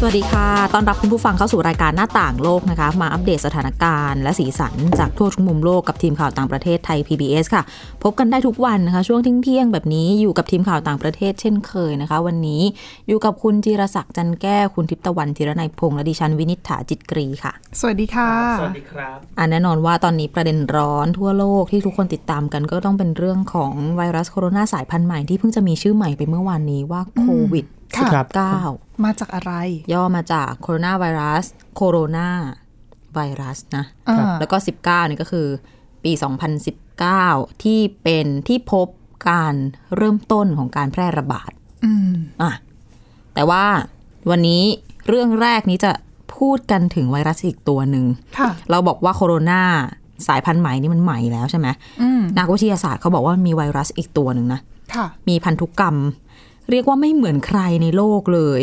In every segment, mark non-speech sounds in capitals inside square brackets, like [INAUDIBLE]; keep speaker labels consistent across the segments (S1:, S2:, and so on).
S1: สวัสดีค่ะ ตอนรับคุณผู้ฟังเข้าสู่รายการหน้าต่างโลกนะคะ มาอัปเดตสถานการณ์และสีสันจากทั่วทุกมุมโลกกับทีมข่าวต่างประเทศไทย PBS ค่ะ พบกันได้ทุกวันนะคะ ช่วงเที่ยงๆแบบนี้อยู่กับทีมข่าวต่างประเทศเช่นเคยนะคะ วันนี้อยู่กับคุณจิรศักดิ์จันแก้ว คุณทิพย์ตะวันธีรนัยพงษ์และดิฉันวินิษฐาจิตกรีค่ะ
S2: สวัสดีค่ะ
S3: สวัสดีครับ
S1: อ่ะแน่นอนว่าตอนนี้ประเด็นร้อนทั่วโลกที่ทุกคนติดตามกันก็ต้องเป็นเรื่องของไวรัสโคโรนาสายพันธุ์ใหม่ที่เพิ่งจะมีชื่อใหม่ไปเมื่อวานนี้ว่าโควิด
S2: ค่ะ
S1: เก้า
S2: มาจากอะไร
S1: ย่อมาจากโคโรนาไวรัสโคโรนาไวรัสนะ
S2: อ่า
S1: แล้วก็ 19นี่ก็คือปี 2019 ที่เป็นที่พบการเริ่มต้นของการแพร่ระบาด
S2: อืม
S1: อ่ะแต่ว่าวันนี้เรื่องแรกนี้จะพูดกันถึงไวรัสอีกตัวหนึ่ง
S2: ค่ะ
S1: เราบอกว่าโคโรนาสายพันธุ์ใหม่นี่มันใหม่แล้วใช่ไหม
S2: อืม
S1: นักวิทยาศาสตร์เขาบอกว่ามีไวรัสอีกตัวหนึ่งนะ
S2: ค่ะ
S1: มีพันธุกรรม เรียกว่าไม่เหมือนใครในโลกเลย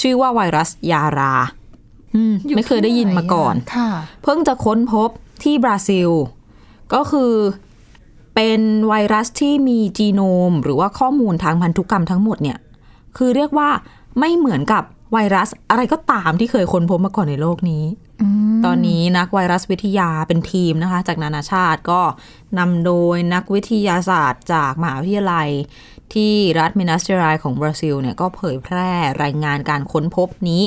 S1: ชื่อว่าไวรัสยารา อืมไม่เคยได้ยินมาก่อน
S2: ค่ะ
S1: เพิ่งจะค้นพบที่บราซิล ก็คือเป็นไวรัสที่มีจีโนม หรือว่าข้อมูลทางพันธุกรรมทั้งหมดเนี่ย คือเรียกว่าไม่เหมือนกับไวรัสอะไรก็ตามที่เคยค้นพบมาก่อนในโลกนี้
S2: อืม
S1: ตอนนี้นักไวรัสวิทยาเป็นทีมนะคะ จากนานาชาติก็นำโดยนักวิทยาศาสตร์จากมหาวิทยาลัย ที่รัฐมินัสเจรายของบราซิลเนี่ยก็เผยแพร่รายงานการค้นพบนี้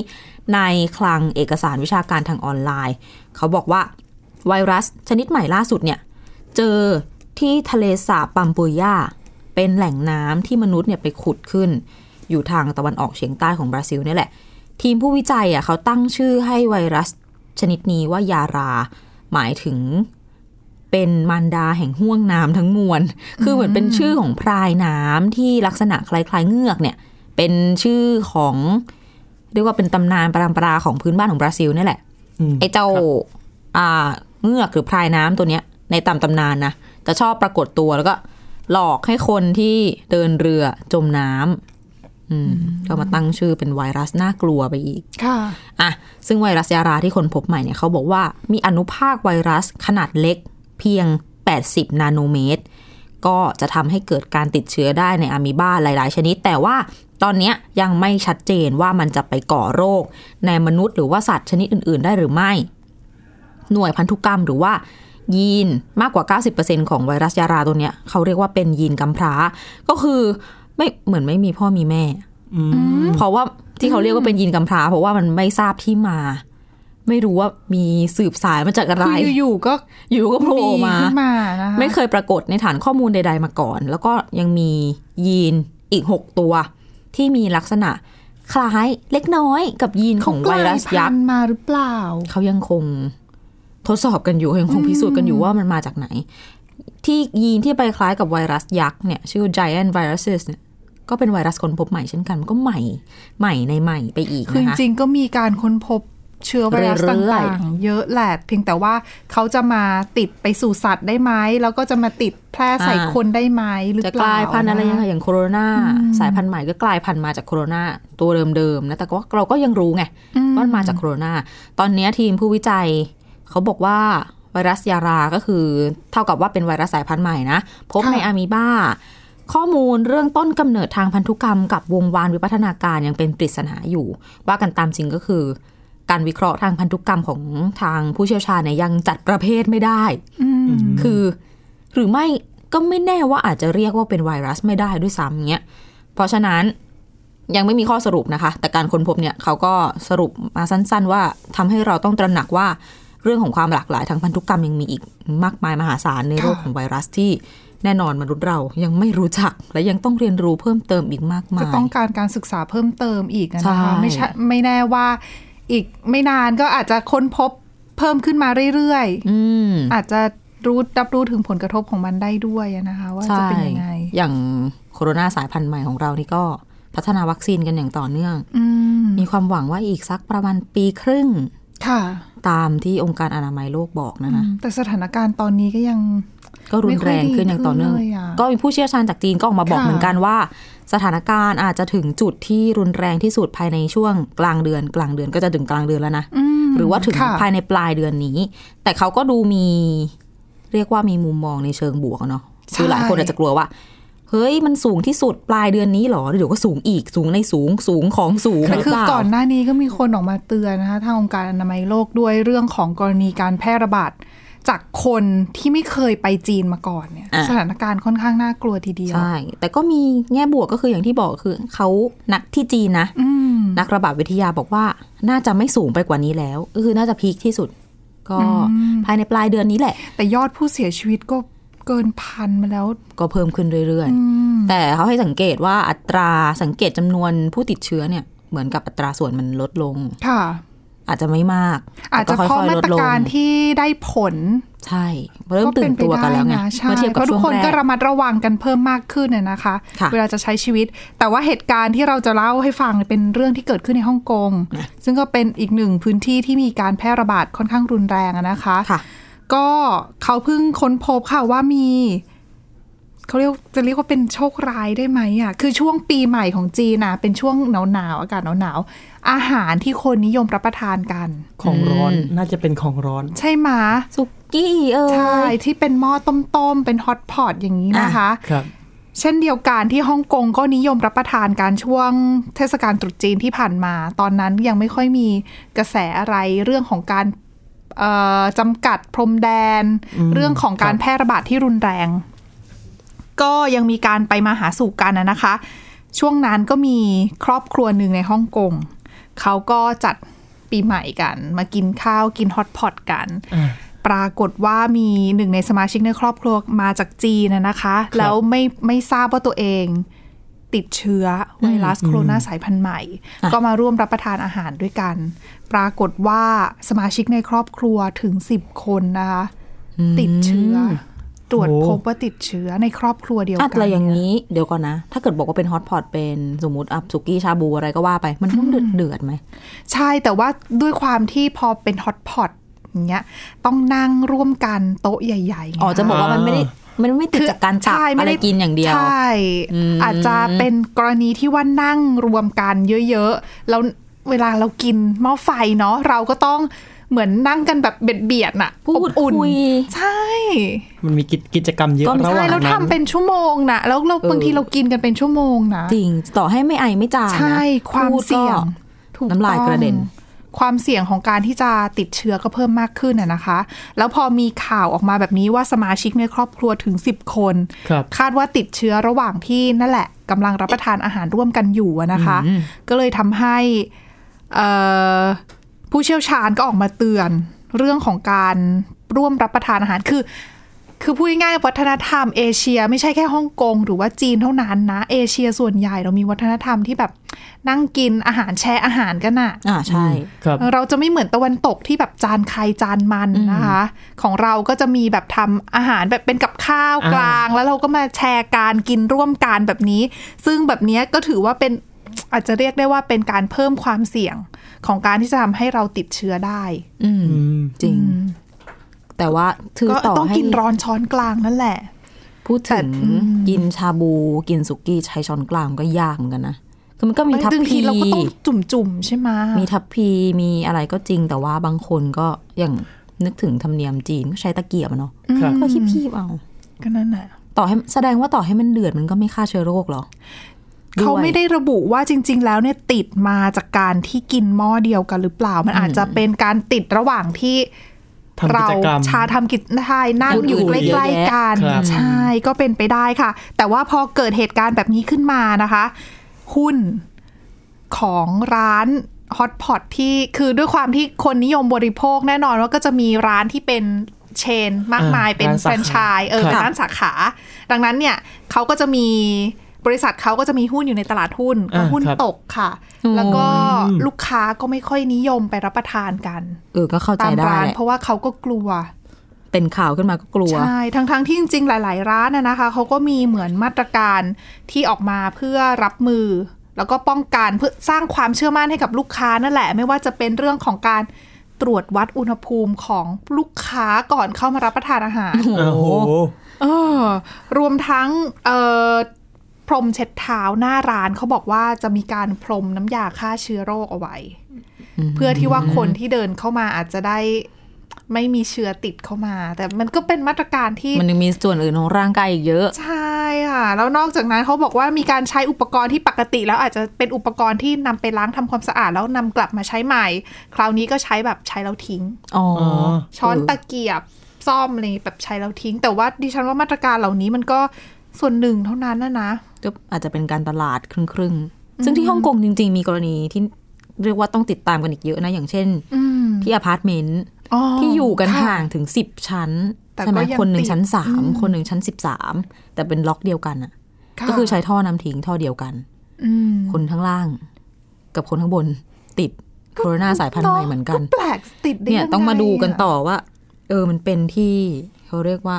S1: ในคลังเอกสารวิชาการทางออนไลน์ เขาบอกว่าไวรัสชนิดใหม่ล่าสุดเนี่ย เจอที่ทะเลสาบปัมปุย่า เป็นแหล่งน้ำที่มนุษย์เนี่ยไปขุดขึ้น อยู่ทางตะวันออกเฉียงใต้ของบราซิลเนี่ยแหละ ทีมผู้วิจัยอ่ะเขาตั้งชื่อให้ไวรัส ชนิดนี้ว่ายารา หมายถึงเป็นมารดาแห่งห่วงน้ำทั้งมวล [LAUGHS] คือเหมือนเป็นชื่อของพรายน้ำที่ลักษณะคล้ายๆเงือกเนี่ย เป็นชื่อของเรียกว่าเป็นตำนานปรามปราของพื้นบ้านของบราซิลเนี่ยแหละ
S3: ม
S1: ไอ้เจ้า
S3: ครับ
S1: อ่าเงือกหรือพรายน้ำตัวเนี้ย ในตามตำนานนะ จะชอบปรากฏตัวแล้วก็หลอกให้คนที่เดินเรือจมน้ำอืมก็มาตั้งชื่อเป็นไวรัสน่ากลัวไปอีก
S2: ค่ะ
S1: อ่ะซึ่งไวรัสยาราที่คนพบใหม่เนี่ยเขาบอกว่ามีอนุภาคไวรัสขนาดเล็กเพียง 80 นาโนเมตร ก็จะทำให้เกิดการติดเชื้อได้ในอะมีบาหลาย ๆ ชนิด แต่ว่าตอนเนี้ยยังไม่ชัดเจนว่ามันจะไปก่อโรค ในมนุษย์หรือว่าสัตว์ชนิดอื่น ๆ ได้หรือไม่ หน่วยพันธุกรรมหรือว่า ยีนมากกว่า 90%ของไวรัสยาราตัวเนี้ยเขาเรียกว่าเป็นยีนกำพร้า ก็คือไม่เหมือนไม่มีพ่อมีแม่
S3: อืม
S1: เพราะว่าที่เขาเรียกว่าเป็นยีนกำพร้า เพราะว่ามันไม่ทราบที่มา ไม่รู้ว่ามีสืบสายมาจากอะไร
S2: คืออยู่ๆ ก็
S1: อยู่ก็โผล่
S2: มี
S1: มา
S2: ขึ้นมานะคะ
S1: ไม่เคยปรากฏในฐานข้อมูลใด ๆ มาก่อน แล้วก็ยังมียีนอีก 6 ตัว ที่มีลักษณะคล้ายเล็กน้อยกับยีนของไวรัส
S2: เขากลา
S1: ยัก
S2: พั
S1: ษ์
S2: นธุ์มาหรือเปล่า
S1: เขายังคงทดสอบกันอยู่ยังคงพิสูจน์กันอยู่ว่ามันมาจากไหน ที่ยีนที่ไปคล้ายกับไวรัสยักษ์เนี่ยชื่อ giant viruses เนี่ยก็เป็นไวรัสคนพบใหม่เช่นกันมันก็ใหม่ใหม่ในใหม่ไปอีก
S2: คือจ
S1: นะคะ
S2: ริงๆ ก็มีการค้นพบเชื้อไวรัส
S1: เรื่อย่
S2: ตา
S1: ๆ
S2: งๆ เยอะแหละ เพียงแต่ว่าเขาจะมาติดไปสู่สัตว์ได้ไหม แล้วก็จะมาติดแพร่ใส่คนได้ไหมหรือ
S1: จะ
S2: เป
S1: ก
S2: ล่า
S1: ลายพันธุ์อะไรยังไง
S2: น
S1: อย่างโคโรนาสายพันธุ์ใหม่ก็กลายพันธุ์มาจากโคโรนาตัวเดิมๆนะแต่ก็เราก็ยังรู้ไง
S2: อืม
S1: ว่ามันมาจากโคโรนาตอนเนี้ยทีมผู้วิจัย เขาบอกว่าไวรัสยาราก็คือ เท่ากับว่าเป็นไวรัสสายพันธุ์ใหม่นะพบในอะมีบาข้อมูลเรื่องต้นกำเนิดทางพันธุกรรมกับวงวานวิวัฒนาการยังเป็นปริศนาอยู่ ว่ากันตามจริงก็คือ การวิเคราะห์ทางพันธุกรรมของทางผู้เชี่ยวชาญเนี่ยยังจัดประเภทไม่ได้
S2: อืม
S1: คือหรือไม่ก็ไม่แน่ว่าอาจจะเรียกว่าเป็นไวรัสไม่ได้ด้วยซ้ำเงี้ย เพราะฉะนั้นยังไม่มีข้อสรุปนะคะ แต่การค้นพบเนี่ยเขาก็สรุปมาสั้นๆ ว่าทำให้เราต้องตระหนักว่าเรื่องของความหลากหลายทางพันธุกรรมยังมีอีกมากมายมหาศาลใน
S2: ค่ะ
S1: โรคของไวรัสที่แน่นอนมนุษย์เรายังไม่รู้จัก และยังต้องเรียนรู้เพิ่มเติมอีกมากมา
S2: ก็
S1: ย
S2: ต้องการการศึกษาเพิ่มเติมอีกอะนะคะ
S1: ใช่
S2: ไม่ใช่ไม่แน่ว่าอีกไม่นานก็อาจจะค้นพบเพิ่มขึ้นมาเรื่อย
S1: อืม
S2: ๆ อาจจะรู้รับรู้ถึงผลกระทบของมันได้ด้วยอะนะคะ ว่าจะเป็นยังไง
S1: ใช่อย่างโคโรนาสายพันธุ์ใหม่ของเรานี่ก็พัฒนาวัคซีนกันอย่างต่อเนื่อง
S2: อืม
S1: มีความหวังว่าอีกสักประมาณปีครึ่ง
S2: ค่ะ
S1: ตามที่องค์การอนามัยโลกบอกนะคะ
S2: อืมแต่สถานการณ์ตอนนี้ก็ยัง
S1: ก็รุนแรงขึ้นอย่างต่อเนื่อง
S2: ไม่ค่ยดีขึ้ลยะ
S1: ก็มีผู้เชี่ยวชาญจากจีนก็ออกมาบอก
S2: ค่ะ
S1: เหมือนกันว่า สถานการณ์อาจจะถึงจุดที่รุนแรงที่สุดภายในช่วงกลางเดือน กลางเดือนก็จะถึงกลางเดือนแล้วนะ
S2: ม
S1: หรือว่าถึง
S2: ค่ะ
S1: ภายในปลายเดือนนี้ แต่เขาก็ดูมี เรียกว่ามีมุมมองในเชิงบวกอะเนาะคือหลายคนอาจจะกลัวว่า เฮ้ยมันสูงที่สุดปลายเดือนนี้เหรอเดี๋ยวก็สูงอีกสูงในสูงสูงของสูงหรือ
S2: คือ
S1: เปล่า
S2: ก่อนหน้านี้ก็มีคนออกมาเตือนนะคะทางองค์การอนามัยโลกด้วยเรื่องของกรณีการแพร่ระบาดจากคนที่ไม่เคยไปจีนมาก่อนเนี่ย
S1: อ่ะ
S2: สถานการณ์ค่อนข้างน่ากลัวทีเดียว
S1: ใช่ แต่ก็มีแง่บวกก็คืออย่างที่บอกคือเขานักที่จีนนะ
S2: อืม
S1: นักระบาดวิทยาบอกว่าน่าจะไม่สูงไปกว่านี้แล้วก็คือน่าจะพีคที่สุด ก็
S2: อืม
S1: ภายในปลายเดือนนี้แหละ
S2: แต่ยอดผู้เสียชีวิตก็เกินพันมาแล้ว
S1: ก็เพิ่มขึ้นเรื่อย
S2: อืม
S1: ๆ แต่เขาให้สังเกตว่าอัตราสังเกตจำนวนผู้ติดเชื้อเนี่ย เหมือนกับอัตราส่วนมันลดลง
S2: ค่ะ
S1: อาจจะไม่มาก
S2: อาจจะ
S1: แต่
S2: เพราะมาตรการที่ได้ผล
S1: ใช่เริ่มตื่นตัวกันแล้วไง
S2: ก็
S1: เมื่อเทียบกับ
S2: เพราะทุ
S1: ช่ว
S2: ก
S1: ง
S2: คน
S1: แร
S2: ก็
S1: ก
S2: ระมัดระวังกันเพิ่มมากขึ้นน่ะนะคะ
S1: ค่ะ
S2: เวลาจะใช้ชีวิต แต่ว่าเหตุการณ์ที่เราจะเล่าให้ฟังเนี่ยเป็นเรื่องที่เกิดขึ้นในฮ่องกง ซึ่งก็เป็นอีกหนึ่งพื้นที่ที่มีการแพร่ระบาดค่อนข้างรุนแรงอะนะคะ
S1: ค่ะ
S2: ก็เขาเพิ่งค้นพบค่ะว่ามีเขาเรียกจะเรียกว่าเป็นโชคร้ายได้ไหมอ่ะคือช่วงปีใหม่ของจีนนะเป็นช่วงหนาวหนาวๆอากาศหนาวหนาวๆอาหารที่คนนิยมรับประทานกัน
S3: ของร้อน
S1: อืม
S3: น่าจะเป็นของร้อน
S2: ใช่ไหมะ
S1: สุกี้เออ
S2: ใช่ที่เป็นหม้อต้มๆ เป็นฮอตพอตอย่างนี้นะคะ
S3: ครับ
S2: เช่นเดียวกันที่ฮ่องกงก็นิยมรับประทานการช่วงเทศกาลตรุษจีนที่ผ่านมา ตอนนั้นยังไม่ค่อยมีกระแสอะไรเรื่องของการเอ่อจำกัดพรมแดน
S3: อืม
S2: เรื่องของการ
S3: ครับ
S2: แพร่ระบาดที่รุนแรง ก็ยังมีการไปมาหาสู่กันนะนะคะ ช่วงนั้นก็มีครอบครัวหนึ่งในฮ่องกงเขาก็จัดปีใหม่กัน มากินข้าวกินฮอตพอตกัน
S3: อ่า
S2: ปรากฏว่ามีหนึ่งในสมาชิกในครอบครัวมาจากจีนนะนะคะ แล้วไม่ไม่ทราบว่าตัวเองติดเชื้อไวรัสโคโรนาสายพันธุ์ใหม่ ก็มาร่วมรับประทานอาหารด้วยกัน ปรากฏว่าสมาชิกในครอบครัวถึง 10 คนนะคะ ติดเชื้อ ตรวจ
S3: โอ้
S2: พบว่าติดเชื้อในครอบครัวเดียวกั
S1: อะ
S2: น
S1: ไรอย่างนี้เดี๋ยวก่อนนะ ถ้าเกิดบอกว่าเป็นฮอตพอตเป็นสมมติอับสุกี้ชาบูอะไรก็ว่าไป มันต้องเดือดเดือดๆไหม
S2: ใช่แต่ว่าด้วยความที่พอเป็นฮอตพอตอย่างเงี้ยต้องนั่งร่วมกันโต๊ะใหญ่ๆไง
S1: อ๋อ จะบอก
S2: ค
S1: ว่ามันไม่ได้ มันไม่ติด
S2: คือ
S1: จากการจับ
S2: ใช่
S1: อะไร
S2: ด้
S1: กินอย่างเดียว
S2: ใช่
S1: อืม
S2: อาจจะเป็นกรณีที่ว่านั่งรวมกันเยอะๆ แล้วเวลาเรากินหม้อไฟเนาะเราก็ต้องเหมือนนั่งกันแบบเบียดเบียดๆน่ะ
S1: พูด
S2: อบอุ่น
S1: คุย
S2: ใช่
S3: มันมีกิจกิจกรรมเยอะ
S1: ก็
S3: ระห
S2: ใช่
S3: ว่าง
S2: แล้ว
S3: นั้
S2: ทำ
S3: น
S2: เป็นชั่วโมงน่ะ แล้วเรา
S1: เออ
S2: บางทีเรากินกันเป็นชั่วโมงนะ
S1: จริง ต่อให้ไม่ไอไม่จามนะ
S2: ใช่ความ
S1: พูดก็
S2: เสี่ยงถูก
S1: น้ำลาย
S2: ต้อง
S1: กระเด็น
S2: ความเสี่ยงของการที่จะติดเชื้อก็เพิ่มมากขึ้นน่ะนะคะ แล้วพอมีข่าวออกมาแบบนี้ว่าสมาชิกในครอบครัวถึง 10 คน
S3: ครับ
S2: คาดว่าติดเชื้อระหว่างที่นั่นแหละกำลังรับประทานอาหารร่วมกันอยู่อะนะคะ ก็เลยทำให้เอ่อผู้เชี่ยวชาญก็ออกมาเตือนเรื่องของการร่วมรับประทานอาหารคือ คือพูดง่ายๆวัฒนธรรมเอเชีย ไม่ใช่แค่ฮ่องกงหรือว่าจีนเท่านั้นนะเอเชียส่วนใหญ่เรามีวัฒนธรรมที่แบบนั่งกินอาหารแชร์อาหารกันอะ
S1: อ่าใช่
S3: ครับ
S2: เราจะไม่เหมือนตะวันตกที่แบบจานใครจานมันนะคะ ของเราก็จะมีแบบทำอาหารแบบเป็นกับข้าว
S3: อ่าก ก
S2: ลาง แล้วเราก็มาแชร์การกินร่วมกันแบบนี้ ซึ่งแบบเนี้ยก็ถือว่าเป็นอาจจะเรียกได้ว่าเป็นการเพิ่มความเสี่ยงของการที่จะทำให้เราติดเชื้อได้
S1: อืม
S3: อืม
S1: จริง แต่ว่าถือ
S2: ก็
S1: ต่อ
S2: ต้อง
S1: ให้
S2: กินร้อนช้อนกลางนั่นแหละ
S1: พูดถึง
S2: แต่อืม
S1: กินชาบู กินสุกี้ใช้ช้อนกลางมันก็ยากเหมือนกันนะ คือมันก็มีทัพ
S2: บางที
S1: พี
S2: เราก็ต้องจุ่มๆใช่ไหม
S1: มีทัพพี มีอะไรก็จริง แต่ว่าบางคนก็อย่างนึกถึงธรรมเนียมจีนก็ใช้ตะเกียบอะเนาะ
S2: อืม
S3: ครับ
S1: ก็คีบๆเอา
S2: ก็นั่นแหละ
S1: ต่อให้แสดงว่าต่อให้มันเดือดมันก็ไม่ฆ่าเชื้อโรคเหรอ
S2: เขา
S1: วย
S2: ไม่ได้ระบุว่าจริง ๆ แล้วเนี่ยติดมาจากการที่กินหม้อเดียวกันหรือเปล่า มันอาจจะเป็นการติดระหว่างที่
S3: ทำกิ
S2: เรา
S3: จกรรม
S2: ชาทำกิจทายนั่ง
S1: พูดคุย
S2: อยู่ใกล้
S1: เยอะแยะ
S2: ๆกัน
S3: ครับ
S2: ใช่ก็เป็นไปได้ค่ะ แต่ว่าพอเกิดเหตุการณ์แบบนี้ขึ้นมานะคะ หุ้นของร้านฮอตพอตที่คือด้วยความที่คนนิยมบริโภคแน่นอนว่าก็จะมีร้านที่เป็นเชน มากมาย
S3: อ่า
S2: เป็น
S3: ร้าน
S2: แฟ
S3: สาร
S2: นไชส์เออ
S3: ครับ
S2: ร้านสาขา ดังนั้นเนี่ยเขาก็จะมีบริษัทเขาก็จะมีหุ้นอยู่ในตลาดหุ้นก็
S3: อ่า
S2: หุ้น
S3: ครับ
S2: ตกค่ะ
S1: อืม
S2: แล้วก็ลูกค้าก็ไม่ค่อยนิยมไปรับประทานกัน
S1: เออก็เข้าใจ
S2: ตาม
S1: ได้
S2: ร้าน
S1: แหละ
S2: เพราะว่าเขาก็กลัว
S1: เป็นข่าวขึ้นมาก็กลัว
S2: ใช่ทั้งๆที่จริงๆ หลาย ๆ ร้านนะนะคะเขาก็มีเหมือนมาตรการที่ออกมาเพื่อรับมือ แล้วก็ป้องกันเพื่อสร้างความเชื่อมั่นให้กับลูกค้านั่นแหละ ไม่ว่าจะเป็นเรื่องของการ ตรวจวัดอุณหภูมิของลูกค้าก่อนเข้ามารับประทานอาหาร
S3: โอ้โห
S2: เออรวมทั้งเอ่อพรมเช็ดเท้าหน้าร้านเขาบอกว่าจะมีการพรมน้ำยาฆ่าเชื้อโรคเอาไว้ เพื่อที่ว่าคนที่เดินเข้ามาอาจจะได้ไม่มีเชื้อติดเข้ามา แต่มันก็เป็นมาตรการที่
S1: มันยังมีส่วนอื่นของร่างกายอีกเยอะ
S2: ใช่ค่ะ แล้วนอกจากนั้นเขาบอกว่ามีการใช้อุปกรณ์ที่ปกติ แล้วอาจจะเป็นอุปกรณ์ที่นำไปล้างทำความสะอาดแล้วนำกลับมาใช้ใหม่ คราวนี้ก็ใช้แบบใช้แล้วทิ้ง
S1: อ๋ออ
S3: อ
S2: ช้อนตะเกียบซ่อมอะไรแบบใช้แล้วทิ้ง แต่ว่าดิฉันว่ามาตรการเหล่านี้มันก็ส่วนหนึ่งเท่านั้นนะนะ
S1: ก็อาจจะเป็นการตลาดครึ่งๆ ซึ่งที่ฮ่องกงจริง ๆ มีกรณีที่เรียกว่าต้องติดตามกันอีกเยอะนะ อย่างเช่น
S2: อืม
S1: ที่อพาร์ตเมนต์
S2: อ๋อ
S1: ที่อยู่กันห่างถึงสิบชั้น
S2: แต่
S1: ใช่ไหม
S2: ก็ยัง
S1: คนหนึ่
S2: ติ
S1: ง
S2: ด
S1: ชั้นสาม
S2: อืม
S1: คนหนึ่งชั้นสิบสามแต่เป็นล็อกเดียวกันอ่ะ
S2: ค่ะ
S1: ก็คือใช้ท่อน้ำทิ้งท่อเดียวกัน
S2: อืม
S1: คนข้างล่าง กับคนข้างบนติดโคโรนาสายพันธุ์ใหม่เหมือนกัน
S2: แปลกติดได้
S1: เนี่ย
S2: ไ
S1: ต้องมาดูกันะ ต่อว่า เออมันเป็นที่เขาเรียกว่า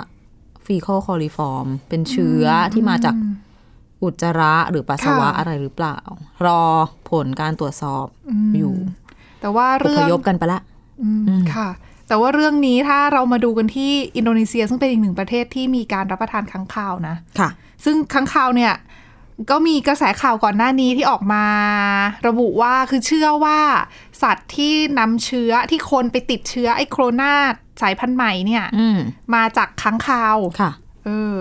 S1: ฟีคอลคอลิฟอร์ม เป็นเชื้อที่มาจาก
S2: อื
S1: อุจจาระหรือปัสสาวะ
S2: ค่ะ
S1: อะไรหรือเปล่า รอผลการตรวจสอบ
S2: ม
S1: อยู่
S2: แต่ว่า
S1: อ
S2: เรื่
S1: พ
S2: อง
S1: ยพกันไปละ
S2: อืมค่ะ แต่ว่าเรื่องนี้ถ้าเรามาดูกันที่อินโดนีเซียซึ่งเป็นอีกหนึ่งประเทศที่มีการรับประทานค้างคาวนะ
S1: ค่ะ
S2: ซึ่งค้างคาวเนี่ยก็มีกระแสข่าวก่อนหน้านี้ที่ออกมา ระบุว่าคือเชื่อว่า สัตว์ที่นำเชื้อที่คนไปติดเชื้อไอ้โคโรนาสายพันธุ์ใหม่เนี่ย
S1: อืม
S2: มาจากค้างคาว
S1: ค่ะ
S2: เออ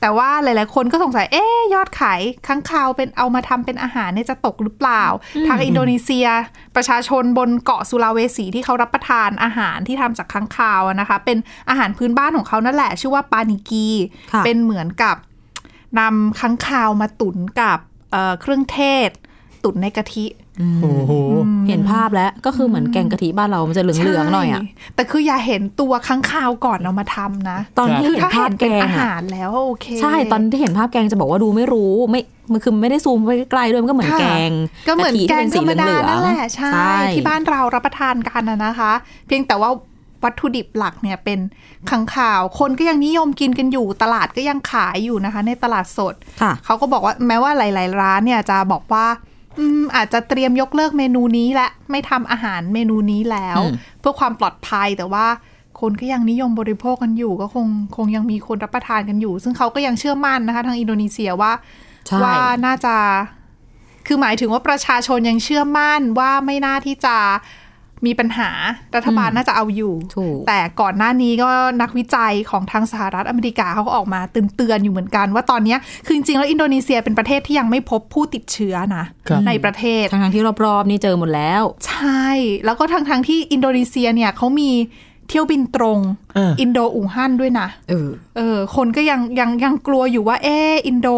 S2: แต่ว่าหลาย ๆ คนก็สงสัย เอ๊ะยอดขายค้างคาวเป็นเอามาทำเป็นอาหารเนี่ยจะตกหรือเปล่า ทางอินโดนีเซีย ประชาชนบนเกาะสุลาเวสีที่เขารับประทานอาหารที่ทำจากค้างคาวอะนะคะ เป็นอาหารพื้นบ้านของเขานั่นแหละ ชื่อว่าปานิกี
S1: ค่ะ
S2: เป็นเหมือนกับนำค้างคาวมาตุ๋นกับเอ่อเครื่องเทศ ตุ๋นในกะทิ
S3: โอ้โห
S1: เห็นภาพแล้วก็คือเหมือนแกงกะทิบ้านเรามันจะเหลืองๆหน่อยอ่ะ
S2: ใช่แต่คืออย่าเห็นตัวค้างคาวก่อนเอามาทำนะ
S1: ตอนที่
S2: คือ
S1: เห็น
S2: ถ้า
S1: ภา
S2: เห็
S1: พ
S2: น
S1: แก
S2: เป็น
S1: ง
S2: อา
S1: อะ
S2: หารแล้วโอเค
S1: ใช่ตอนที่เห็นภาพแกงจะบอกว่าดูไม่รู้ไม่มันคือไม่ได้ซูมไปใกล้ๆด้วยมันก็เหมือน
S2: ค่ะ
S1: แกง
S2: ก็เหมือน
S1: ะทิ
S2: แก
S1: ที่
S2: ง
S1: ป็
S2: ธ
S1: สี
S2: รรมดา
S1: เหลืองๆ
S2: นั่นแหละใช่
S1: ใช่
S2: ที่บ้านเรารับประทานกันนะนะคะ เพียงแต่ว่าวัตถุดิบหลักเนี่ยเป็นขังข่าว คนก็ยังนิยมกินกันอยู่ตลาดก็ยังขายอยู่นะคะ ในตลาดสด
S1: ค่ะ
S2: เขาก็บอกว่าแม้ว่าหลาย ๆ ร้านเนี่ยจะบอกว่าอืมอาจจะเตรียมยกเลิกเมนูนี้และไม่ทำอาหารเมนูนี้แล้ว
S1: อืม
S2: เพื่อความปลอดภัยแต่ว่าคนก็ยังนิยมบริโภคกันอยู่ ก็คงคงยังมีคนรับประทานกันอยู่ ซึ่งเขาก็ยังเชื่อมั่นนะคะ ทางอินโดนีเซียว่า
S1: ใช่
S2: ว่าน่าจะ คือหมายถึงว่าประชาชนยังเชื่อมั่นว่าไม่น่าที่จะมีปัญหารัฐบาลน่าจะเอาอยู่
S1: ถูก
S2: แต่ก่อนหน้านี้ก็นักวิจัยของทางสหรัฐอเมริกาเขาก็ออกมาเตือนๆอยู่เหมือนกัน ว่าตอนเนี้ยคือจริงๆแล้วอินโดนีเซียเป็นประเทศที่ยังไม่พบผู้ติดเชื้อนะครับ ในประเทศ
S1: ทั้งทที่รอบๆนี่เจอหมดแล้ว
S2: ใช่ แล้วก็ทางทางๆที่อินโดนีเซียเนี่ยเขามีเที่ยวบินตรง
S3: อ่า
S2: อินโดอู่ฮั่นด้วยนะ
S1: เออ
S2: เออคนก็ยังยังยังกลัวอยู่ว่า เอออินโด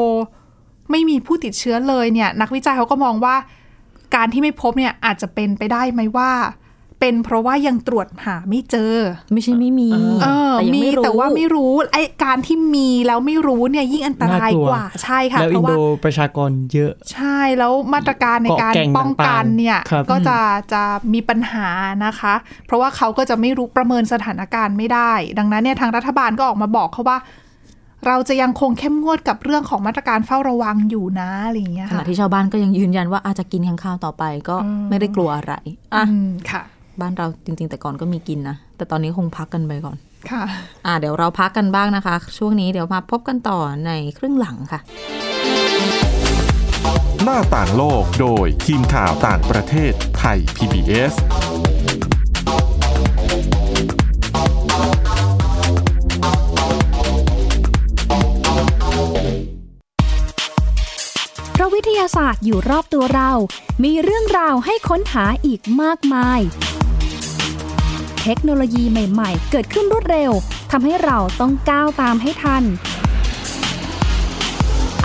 S2: ไม่มีผู้ติดเชื้อเลยเนี่ย นักวิจัยเขาก็มองว่า การที่ไม่พบเนี่ยอาจจะเป็นไปได้ไหมว่า เป็นเพราะว่ายังตรวจหาไม่เจอ
S1: ไม่ใช่ไม่มี
S2: เออ
S1: แต่ยัง
S2: มี
S1: ไม่รู้
S2: แต่ว่าไม่รู้ไอการที่มีแล้วไม่รู้เนี่ยยิ่งอันตรายกว่าใช่ค่ะ
S3: แล้ว
S2: เพ
S3: อิน
S2: ราะ
S3: โด
S2: ว่า
S3: ประชากรเยอะ
S2: ใช่แล้วมาตรการในการ
S3: เกาะแก่ง
S2: ป้องกันเนี่ย
S3: ต่างๆครับ
S2: ก็จะจะมีปัญหานะคะ เพราะว่าเขาก็จะไม่รู้ประเมินสถานการณ์ไม่ได้ ดังนั้นเนี่ยทางรัฐบาลก็ออกมาบอกเขาว่า เราจะยังคงเข้มงวดกับเรื่องของมาตรการเฝ้าระวังอยู่นะอะไรอย่างเงี้ย
S1: ขณะ
S2: ค่ะ
S1: ที่ชาวบ้านก็ยังยืนยันว่าอาจจะกินข้างข้าวต่อไปก็ไม่ได้กลัวอะไร อ่ะ
S2: อืมค่ะ
S1: บ้านเราจริง ๆ แต่ก่อนก็มีกินนะ แต่ตอนนี้คงพักกันไปก่อน
S2: ค่ะ
S1: อ่ะ เดี๋ยวเราพักกันบ้างนะคะ ช่วงนี้เดี๋ยวมาพบกันต่อในครึ่งหลังค่ะ
S4: หน้าต่างโลกโดยทีมข่าวต่างประเทศไทย PBS
S5: เพราะวิทยาศาสตร์อยู่รอบตัวเรา มีเรื่องราวให้ค้นหาอีกมากมาย เทคโนโลยีใหม่ ๆ เกิดขึ้นรวดเร็ว ทำให้เราต้องก้าวตามให้ทัน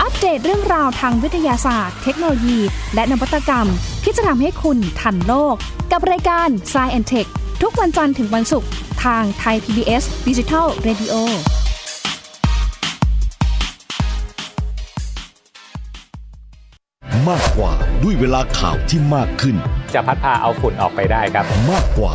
S5: อัปเดตเรื่องราวทางวิทยาศาสตร์ เทคโนโลยี และนวัตกรรม ที่จะทำให้คุณทันโลก กับรายการ s c i e n t e c h ทุกวันจันทร์ถึงวันศุกร์ ทางไทย PBS Digital Radio
S6: มากกว่าด้วยเวลาข่าวที่มากขึ้น
S7: จะพัดพาเอาฝุ่นออกไปได้ครับ
S6: มากกว่า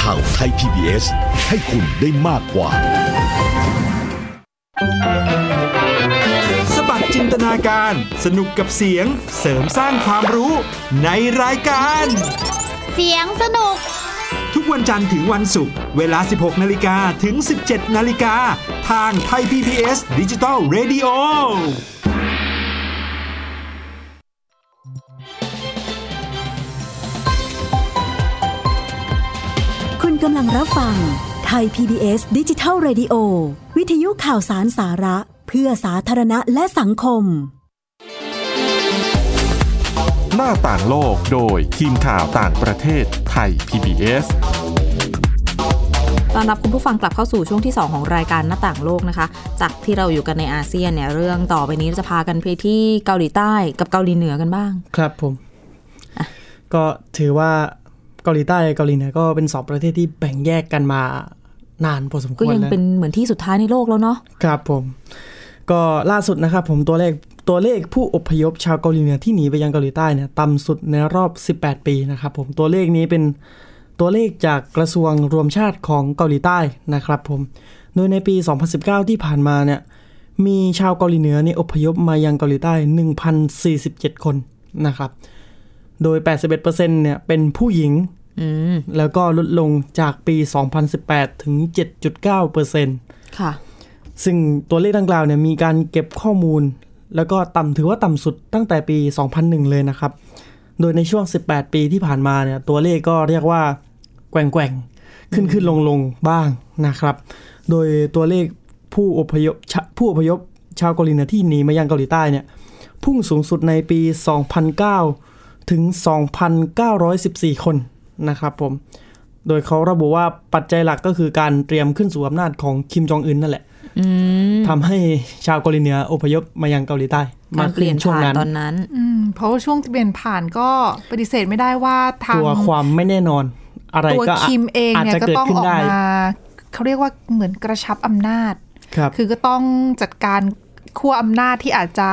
S6: ข่าวไทย PBS ให้คุณได้มากกว่า
S8: สบัดจินตนาการ สนุกกับเสียง เสริมสร้างความรู้ในรายการ
S9: เสียงสนุก
S8: ทุกวันจันทร์ถึงวันศุกร์เวลา 16 นาฬิกาถึง 17 นาฬิกา ทางไทย PBS ดิจิ t a l Radio
S10: คุณกำลังรับฟังไทย PBS ดิจิทัล Radio วิทยุข่าวสารสาระ เพื่อสาธารณะและสังคม
S4: หน้าต่างโลกโดยทีมข่าวต่างประเทศไทย PBS
S1: ต้อนรับคุณผู้ฟังกลับเข้าสู่ช่วงที่ 2 ของรายการหน้าต่างโลกนะคะ จากที่เราอยู่กันในอาเซียนเนี่ยเรื่องต่อไปนี้จะพากันไปที่เกาหลีใต้กับเกาหลีเหนือกันบ้าง
S3: ครับผม ก็ถือว่าเกาหลีใต้กับเกาหลีเหนือก็เป็นสองประเทศที่แบ่งแยกกันมานานพอสมควร
S1: ก็ยัง
S3: แล้ว
S1: เป็นเหมือนที่สุดท้ายในโลกแล้วเนาะ
S3: ครับผม ก็ล่าสุดนะครับผมตัวเลขตัวเลขผู้อพยพชาวเกาหลีเหนือที่หนีไปยังเกาหลีใต้เนี่ยต่ำสุดในรอบ 18 ปีนะครับผมตัวเลขนี้เป็นตัวเลขจากกระทรวงรวมชาติของเกาหลีใต้นะครับผมโดยในปี 2019 ที่ผ่านมาเนี่ยมีชาวเกาหลีเหนือเนี่ยอพยพมายังเกาหลีใต้ 1,047 คนนะครับ โดย 81%เนี่ยเป็นผู้หญิง
S1: อืม
S3: แล้วก็ลดลงจากปี 2018 ถึง 7.9%
S1: ค่ะ
S3: ซึ่งตัวเลขดังกล่าวเนี่ยมีการเก็บข้อมูล แล้วก็ต่ำถือว่าต่ำสุดตั้งแต่ปี 2001 เลยนะครับ โดยในช่วง 18 ปีที่ผ่านมาเนี่ยตัวเลขก็เรียกว่าแกว่งแกว่งๆขึ้นขึ้นลงลงๆบ้างนะครับ โดยตัวเลขผู้อพยพชะผู้อพยพชาวเกาหลีเหนือที่หนีมายังเกาหลีใต้เนี่ยพุ่งสูงสุดในปี 2009 ถึง 2,914 คนนะครับผม โดยเขาระบุว่าปัจจัยหลักก็คือการเตรียมขึ้นสู่อำนาจของคิมจองอึนนั่นแหละ ทำให้ชาวเกาหลีเหนืออพยพมายังเกาหลีใต้
S1: กาม
S3: าร ก
S1: เป
S3: ขึ้
S1: ลี่ยน
S3: นช่วง
S1: ผ่าน
S3: นั้น
S1: ตอนนั้น
S2: อืมเพราะว่าช่วงที่เปลี่ยนผ่านก็ปฏิเสธไม่ได้ว่าทาง
S3: ตัวความไม่แน่นอนอะไร
S2: ตัว
S3: ก็
S2: คิมเอง
S3: อาจ
S2: เนี่ยก็
S3: จะเกิด
S2: ต้อง
S3: ขึ้น
S2: ออก
S3: ได้
S2: มาเขาเรียกว่าเหมือนกระชับอำนาจ
S3: ครับ
S2: คือก็ต้องจัดการขั้วอำนาจที่อาจจะ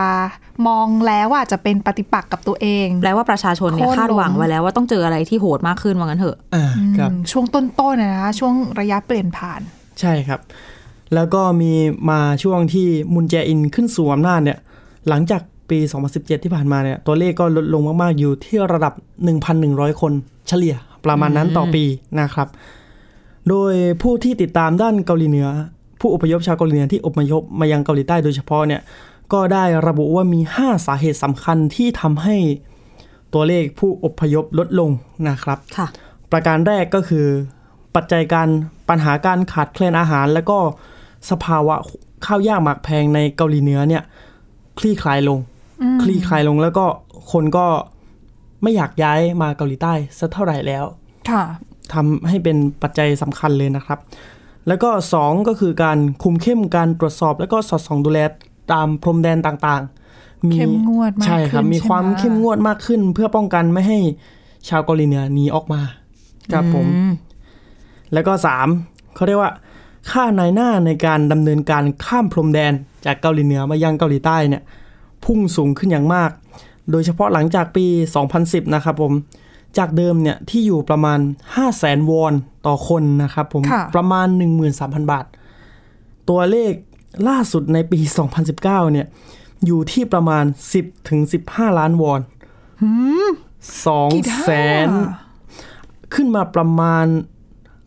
S2: มองแล้วว่าอาจจะเป็นปฏิปักษ์กับตัวเอง
S1: แปลว่าประชาชนเนี่ย
S2: โค่น
S1: คาดหวัง
S2: ล้ม
S1: ไว้แล้วว่าต้องเจออะไรที่โหดมากขึ้นว่างั้นเถอะ
S3: อ่า
S2: อืม
S3: ครับ
S2: ช่วงต้นๆนะนะช่วงระยะเปลี่ยนผ่าน
S3: ใช่ครับ แล้วก็มีมาช่วงที่มุนแจอินขึ้นสู่อำนาจเนี่ย หลังจากปี 2017 ที่ผ่านมาเนี่ย ตัวเลขก็ลดลงมาก ๆ อยู่ที่ระดับ 1,100 คนเฉลี่ยประมาณนั้นต่อปีนะครับ โดยผู้ที่ติดตามด้านเกาหลีเหนือ ผู้อพยพชาวเกาหลีเหนือที่อพยพมายังเกาหลีใต้โดยเฉพาะเนี่ย ก็ได้ระบุว่ามี 5 สาเหตุสำคัญที่ทำให้ตัวเลขผู้อพยพลดลงนะครับ
S1: ค่ะ
S3: ประการแรกก็คือปัจจัยการปัญหาการขาดแคลนอาหาร แล้วก็สภาวะข้าวยากหมากแพงในเกาหลีเหนือเนี่ย คลี่คลายลง คลี่คลายลงแล้วก็คนก็ไม่อยากย้ายมาเกาหลีใต้สักเท่าไหร่แล้ว
S2: ค่ะ
S3: ทำให้เป็นปัจจัยสำคัญเลยนะครับ แล้วก็ 2 ก็คือการคุมเข้มการตรวจสอบ แล้วก็สอดส่องดูแลตามพรมแดนต่างๆ
S2: เข้มงวดมาก
S3: ใช่ครับ
S2: ขึ้น
S3: มีความ
S2: ใช่ไหม
S3: เข้มงวดมากขึ้น เพื่อป้องกันไม่ให้ชาวเกาหลีเหนือหนีออกมาครับผม แล้วก็ 3เขาเรียกว่า ค่านายหน้าในการดำเนินการข้ามพรมแดนจากเกาหลีเหนือมายังเกาหลีใต้เนี่ย พุ่งสูงขึ้นอย่างมาก โดยเฉพาะหลังจากปี 2010 นะครับผม จากเดิมเนี่ยที่อยู่ประมาณ 5 0 0แสนวอนต่อคนนะครับผม
S2: ค่ะ
S3: ประมาณ 13,000 บาท ตัวเลขล่าสุดในปี 2019 เนี่ย อยู่ที่ประมาณ 10ถึง15 ล้านวอนสอง
S2: กี่เท่า
S3: แสนขึ้นมาประมาณ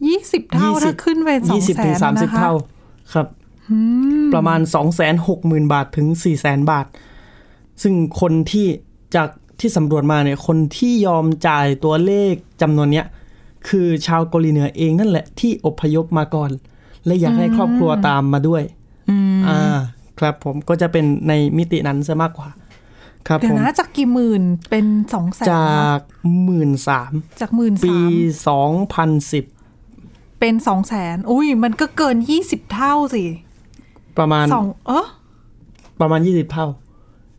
S2: ยี่สิบเท่าถ้าขึ้นไปสอง
S3: ยี่สิบ
S2: แส
S3: ถึ
S2: น
S3: งสามสิบ
S2: นะคะ
S3: เท่าครับประมาณสองแสนหกหมื่นบาทถึงสี่แสนบาท ซึ่งคนที่จากที่สำรวจมาเนี่ย คนที่ยอมจ่ายตัวเลขจำนวนเนี้ย คือชาวเกาหลีเหนือเองนั่นแหละที่อพยพมาก่อน และอยากให้ครอบครัวตามมาด้วยอ่า ครับผมก็จะเป็นในมิตินั้นซะมากกว่า ครับ
S2: เดี๋ย
S3: ผ
S2: ว
S3: ม
S2: นะจากกี่หมื่นเป็นสองแสน
S3: จากหมื่นสาม
S2: จากหมื่นสา
S3: ปี
S2: ม
S3: สองพันสิบ
S2: เป็นสองแสนอุ้ยมันก็เกินยี่สิบเท่าสิ
S3: ประมาณ
S2: สองเออ
S3: ประมาณ 20 เท่า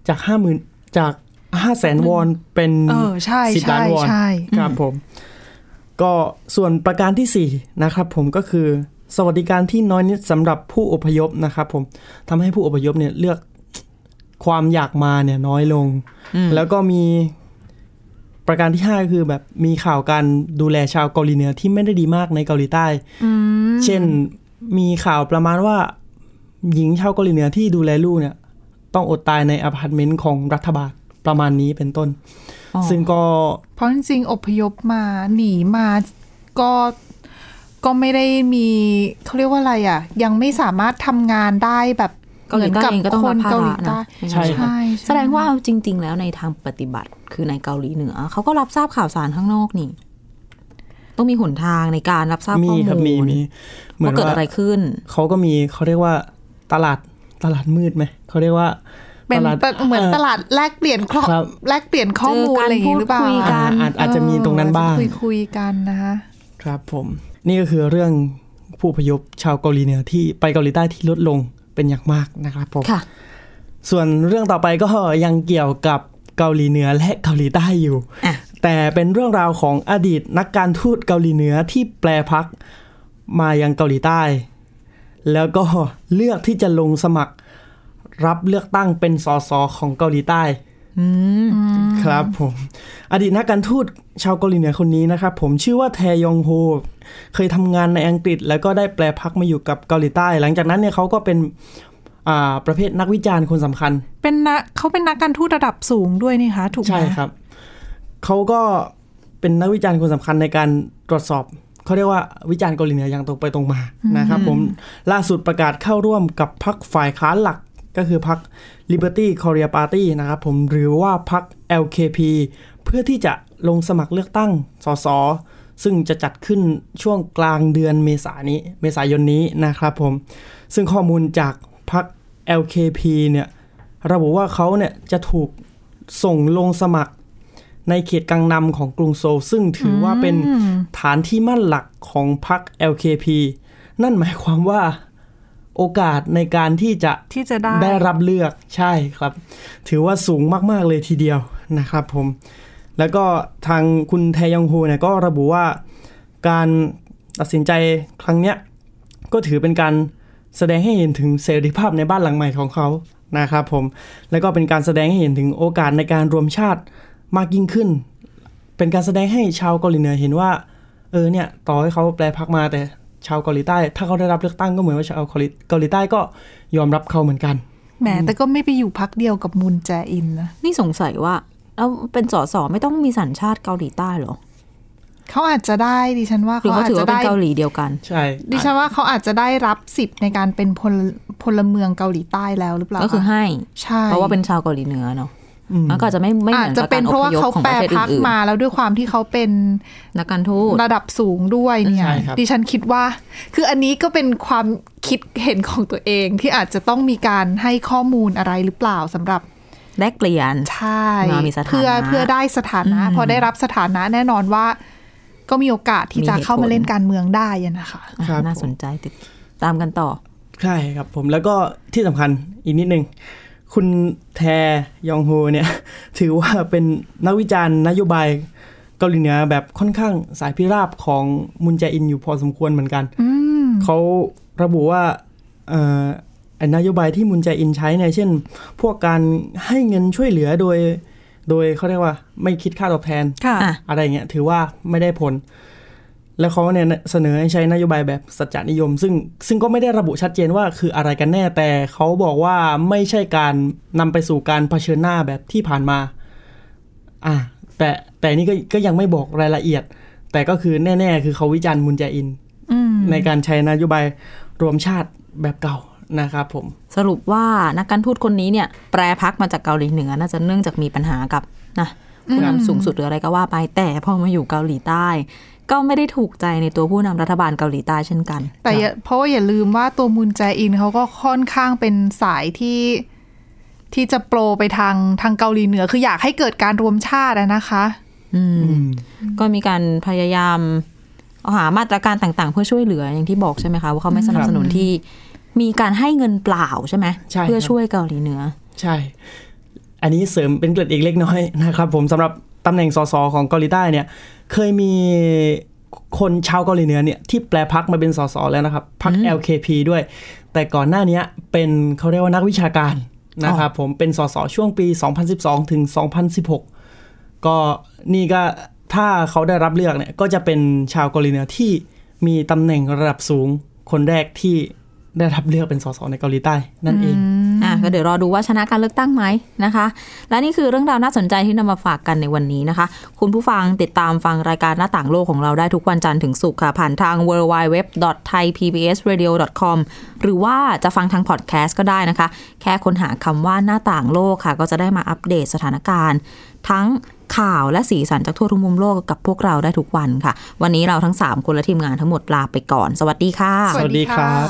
S3: จากห้าหมื่นจากห้าแสนวอนเป็น
S2: เออใช่
S3: สิบ
S2: ใช่
S3: ล้านวอน
S2: ใช่
S3: ครับผม ก็ส่วนประการที่ 4 นะครับผมก็คือสวัสดิการที่น้อยนิดสำหรับผู้อพยพนะครับผมทำให้ผู้อพยพเนี่ยเลือกความอยากมาเนี่ยน้อยลง แล้วก็มีประการที่ 5 ก็คือแบบมีข่าวการดูแลชาวเกาหลีเหนือที่ไม่ได้ดีมากในเกาหลีใต้
S2: อืม
S3: เช่นมีข่าวประมาณว่า หญิงชาวเกาหลีเหนือที่ดูแลลูกเนี่ย ต้องอดตายในอพาร์ตเมนต์ของรัฐบาลประมาณนี้เป็นต้น
S1: อ๋อ
S3: ซึ่งก็
S2: เพราะจริงๆอพยพมาหนีมาก็ก็ไม่ได้มีเขาเรียกว่าอะไรอ่ะ ยังไม่สามารถทำงานได้แบบ
S1: เกาหลีใต้เองก็ต้องรับภาระนะ
S3: ใช่ครับ
S2: ใช่ใช่
S1: แสดงว่าเอาจริง ๆ แล้วในทางปฏิบัติคือในเกาหลีเหนือเขาก็รับทราบข่าวสารข้างนอกนี่ ต้องมีหนทางในการรับทราบ
S3: มี
S1: ข้อมูล
S3: ครับมีมีเหมือ
S1: ว่านเกิด
S3: ว่า
S1: อะไรขึ้น
S3: เขาก็มีเขาเรียกว่าตลาดตลาดมืดไหมเขาเรียกว่า
S2: เป็นตะเหมือนตลาดแลกเปลี่ยนข้อ
S3: ครับ
S2: แลกเปลี่ยนข้อมูลอะไรอย่างนี้หรือเปล่า
S1: เจอกันพูดคุยกัน
S3: อ่าอาจอาจจะมีตรงนั้นบ้าง
S2: คุยคุยๆกันนะคะ
S3: ครับผม นี่ก็คือเรื่องผู้อพยพชาวเกาหลีเหนือที่ไปเกาหลีใต้ที่ลดลงเป็นอย่างมากนะครับผม
S1: ค่ะ
S3: ส่วนเรื่องต่อไปก็ยังเกี่ยวกับเกาหลีเหนือและเกาหลีใต้อยู่
S1: อ่ะ
S3: แต่เป็นเรื่องราวของอดีตนักการทูตเกาหลีเหนือที่แปลพักมายังเกาหลีใต้ แล้วก็เลือกที่จะลงสมัครรับเลือกตั้งเป็นสสของเกาหลีใต้ ครับผมอดีตนักการทูตชาวเกาหลีเหนือคนนี้นะครับผมชื่อว่าแทยองโฮเคยทำงานในอังกฤษ แล้วก็ได้แปลพักมาอยู่กับเกาหลีใต้ หลังจากนั้นเนี่ยเขาก็เป็นอ่าประเภทนักวิจารณ์คนสำคัญ
S2: เป็นนะเขาเป็นนักการทูตระดับสูงด้วยนี่คะถูกไหม
S3: ใช่ครับ เขาก็เป็นนักวิจารณ์คนสำคัญในการตรวจสอบ เขาเรียกว่าวิจารณ์เกาหลีเหนืออย่างตรงไปตรงมานะครับผมล่าสุดประกาศเข้าร่วมกับพรรคฝ่ายค้านหลักก็คือพรรค Liberty Korea Party นะครับผมหรือว่าพรรค LKP เพื่อที่จะลงสมัครเลือกตั้งสสซึ่งจะจัดขึ้นช่วงกลางเดือนเมษานี้เมษายนนี้นะครับผม ซึ่งข้อมูลจากพรรค LKP เนี่ยระบุว่าเขาเนี่ยจะถูกส่งลงสมัครในเขตกังนำของกรุงโซลซึ่งถือว่าเป็นฐานที่มั่นหลักของพรรค LKP นั่นหมายความว่าโอกาสในการที่จะ
S2: ที่จะได้
S3: ได้รับเลือกใช่ครับ ถือว่าสูงมาก ๆ เลยทีเดียวนะครับผม แล้วก็ทางคุณแทยองฮูเนี่ยก็ระบุว่าการตัดสินใจครั้งเนี้ย ก็ถือเป็นการแสดงให้เห็นถึงเสรีภาพในบ้านหลังใหม่ของเขานะครับผม แล้วก็เป็นการแสดงให้เห็นถึงโอกาสในการรวมชาติมากยิ่งขึ้น เป็นการแสดงให้ชาวเกาหลีเหนือเห็นว่า เออเนี่ยต่อให้เขาแปลพักมาแต่ชาวเกาหลีใต้ ถ้าเขาได้รับเลือกตั้งก็เหมือนว่าชาวเกาหลีเกาหลีใต้ก็ยอมรับเขาเหมือนกัน
S2: แหมแต่ก็ไม่ไปอยู่พักเดียวกับมุนแจอินนะ
S1: นี่สงสัยว่าเอาเป็นสสไม่ต้องมีสัญชาติเกาหลีใต้เหรอ
S2: เขาอาจจะได้ดิฉันว่า
S1: หรือ
S2: เขา
S1: เขา
S2: อาจ
S1: ถือ
S2: จะ
S1: ว่าเป็น
S2: ได้
S1: เกาหลีเดียวกัน
S3: ใช่
S2: ดิฉันว่าเขาอาจจะได้รับสิทธิ์ในการเป็นพลพลเมืองเกาหลีใต้แล้วหรือเปล่า
S1: ก็คือให้
S2: ใช่
S1: เพราะว่าเป็นชาวเกาหลีเหนือเนาะ
S3: อืม
S1: มันก็อาจจะไม่ไม่เห
S2: อาจ
S1: มือน
S2: จะ
S1: กับ
S2: เป็
S1: กานร
S2: เพ
S1: อ
S2: ราะ
S1: พ
S2: ว่า
S1: ยว
S2: เขา
S1: ของ
S2: แป
S1: ป
S2: ล
S1: ระเทศ
S2: พัก
S1: อื่น
S2: มาแล้วด้วยความที่เขาเป็น
S1: ๆนักการทูต
S2: ระดับสูงด้วยเนี่ย
S3: ใช่ครับ
S2: ดิฉันคิดว่า คืออันนี้ก็เป็นความคิดเห็นของตัวเองที่อาจจะต้องมีการให้ข้อมูลอะไรหรือเปล่าสำหรับ
S1: แลกเปลี่ยน
S2: ใช่
S1: มามีสถานะ
S2: เพื่อเพื่อได้สถานะ พอได้รับสถานะแน่นอนว่า ก็มีโอกาสที่จะ
S1: มีเหตุผล
S2: เข้ามาเล่นการเมืองได้อะนะคะ
S1: อ่ะ
S3: ครับ
S1: น่าสนใจติดตามกันต่อ
S3: ใช่ครับผมแล้วก็ที่สำคัญอีกนิดนึง คุณแทยองโฮเนี่ย [LAUGHS] ถือว่าเป็นนักวิจารณ์นโยบายเกาหลีเหนือแบบค่อนข้างสายพิราบของมุนแจอินอยู่พอสมควรเหมือนกัน เขาระบุว่าเอ่อไอ้นโยบายที่มุนแจอินใช้เนี่ยเช่น พวกการให้เงินช่วยเหลือโดย โดยเขาเรียกว่าไม่คิดค่าตอบแทน
S2: ค่ะ
S1: อ่ะ
S3: อะไรเงี้ยถือว่าไม่ได้ผล แล้วเขาเนี่ยเสนอให้ใช้นโยบายแบบสัจจานิยม ซึ่งซึ่งก็ไม่ได้ระบุชัดเจนว่าคืออะไรกันแน่แต่เขาบอกว่าไม่ใช่การนำไปสู่การเผชิญหน้าแบบที่ผ่านมา อ่ะแต่แต่นี่ก็ก็ยังไม่บอกรายละเอียด แต่ก็คือแน่ๆ คือเขาวิจารณ์มุนแจอินในการใช้นโยบายรวมชาติแบบเก่านะครับผม
S1: สรุปว่านักการทูตคนนี้เนี่ย แปรพักมาจากเกาหลีเหนือน่าจะเนื่องจากมีปัญหากับนะผู้นำสูงสุดหรืออะไรก็ว่าไป แต่พอมาอยู่เกาหลีใต้ ก็ไม่ได้ถูกใจในตัวผู้นำรัฐบาลเกาหลีใต้เช่นกัน
S2: แต่อย่าเพราะว่าอย่าลืมว่าตัวมุนแจอินเขาก็ค่อนข้างเป็นสายที่ที่จะโปรไปทางทางเกาหลีเหนือ คืออยากให้เกิดการรวมชาติอะนะคะ
S1: อืมก็มีการพยายามหามาตรการต่างๆ เพื่อช่วยเหลืออย่างที่บอกใช่ไหมคะว่าเขาไม่สนับสนุนที่มีการให้เงินเปล่าใช่ไหม
S3: ใช่ครับ
S1: เพื่อช่วยเกาหลีเหนือ
S3: ใช่ อันนี้เสริมเป็นเกล็ดอีกเล็กน้อยนะครับผมสำหรับตำแหน่งสสของเกาหลีใต้เนี่ย เคยมี คนชาวเกาหลีเหนือเนี่ยที่แปลพักมาเป็นสสแล้วนะครับพัก LKP ด้วย แต่ก่อนหน้าเนี้ยเป็นเขาเรียกว่านักวิชาการนะครับผมเป็นสสช่วงปี 2012 ถึง 2016 ก็นี่ก็ถ้าเขาได้รับเลือกเนี่ยก็จะเป็นชาวเกาหลีเหนือที่มีตำแหน่งระดับสูงคนแรกที่ได้รับเลือกเป็นสสในเกาหลีใต้นั่นเอง
S1: อ่ะก็เดี๋ยวรอดูว่าชนะการเลือกตั้งไหมนะคะ และนี่คือเรื่องราวน่าสนใจที่นำมาฝากกันในวันนี้นะคะ คุณผู้ฟังติดตามฟังรายการหน้าต่างโลกของเราได้ทุกวันจันทร์ถึงศุกร์ค่ะ ผ่านทาง w w w t h a i p b s r a d i o c o m หรือว่าจะฟังทางพอดแคสต์ก็ได้นะคะ แค่ค้นหาคำว่าหน้าต่างโลกค่ะ ก็จะได้มาอัปเดตสถานการณ์ ทั้งข่าวและสีสันจากทั่วทุกมุมโลกกับพวกเราได้ทุกวันค่ะ วันนี้เราทั้งสามคนและทีมงานทั้งหมดลาไปก่อน สวัสดีค่ะ
S3: สวัสดีครับ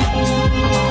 S11: ะ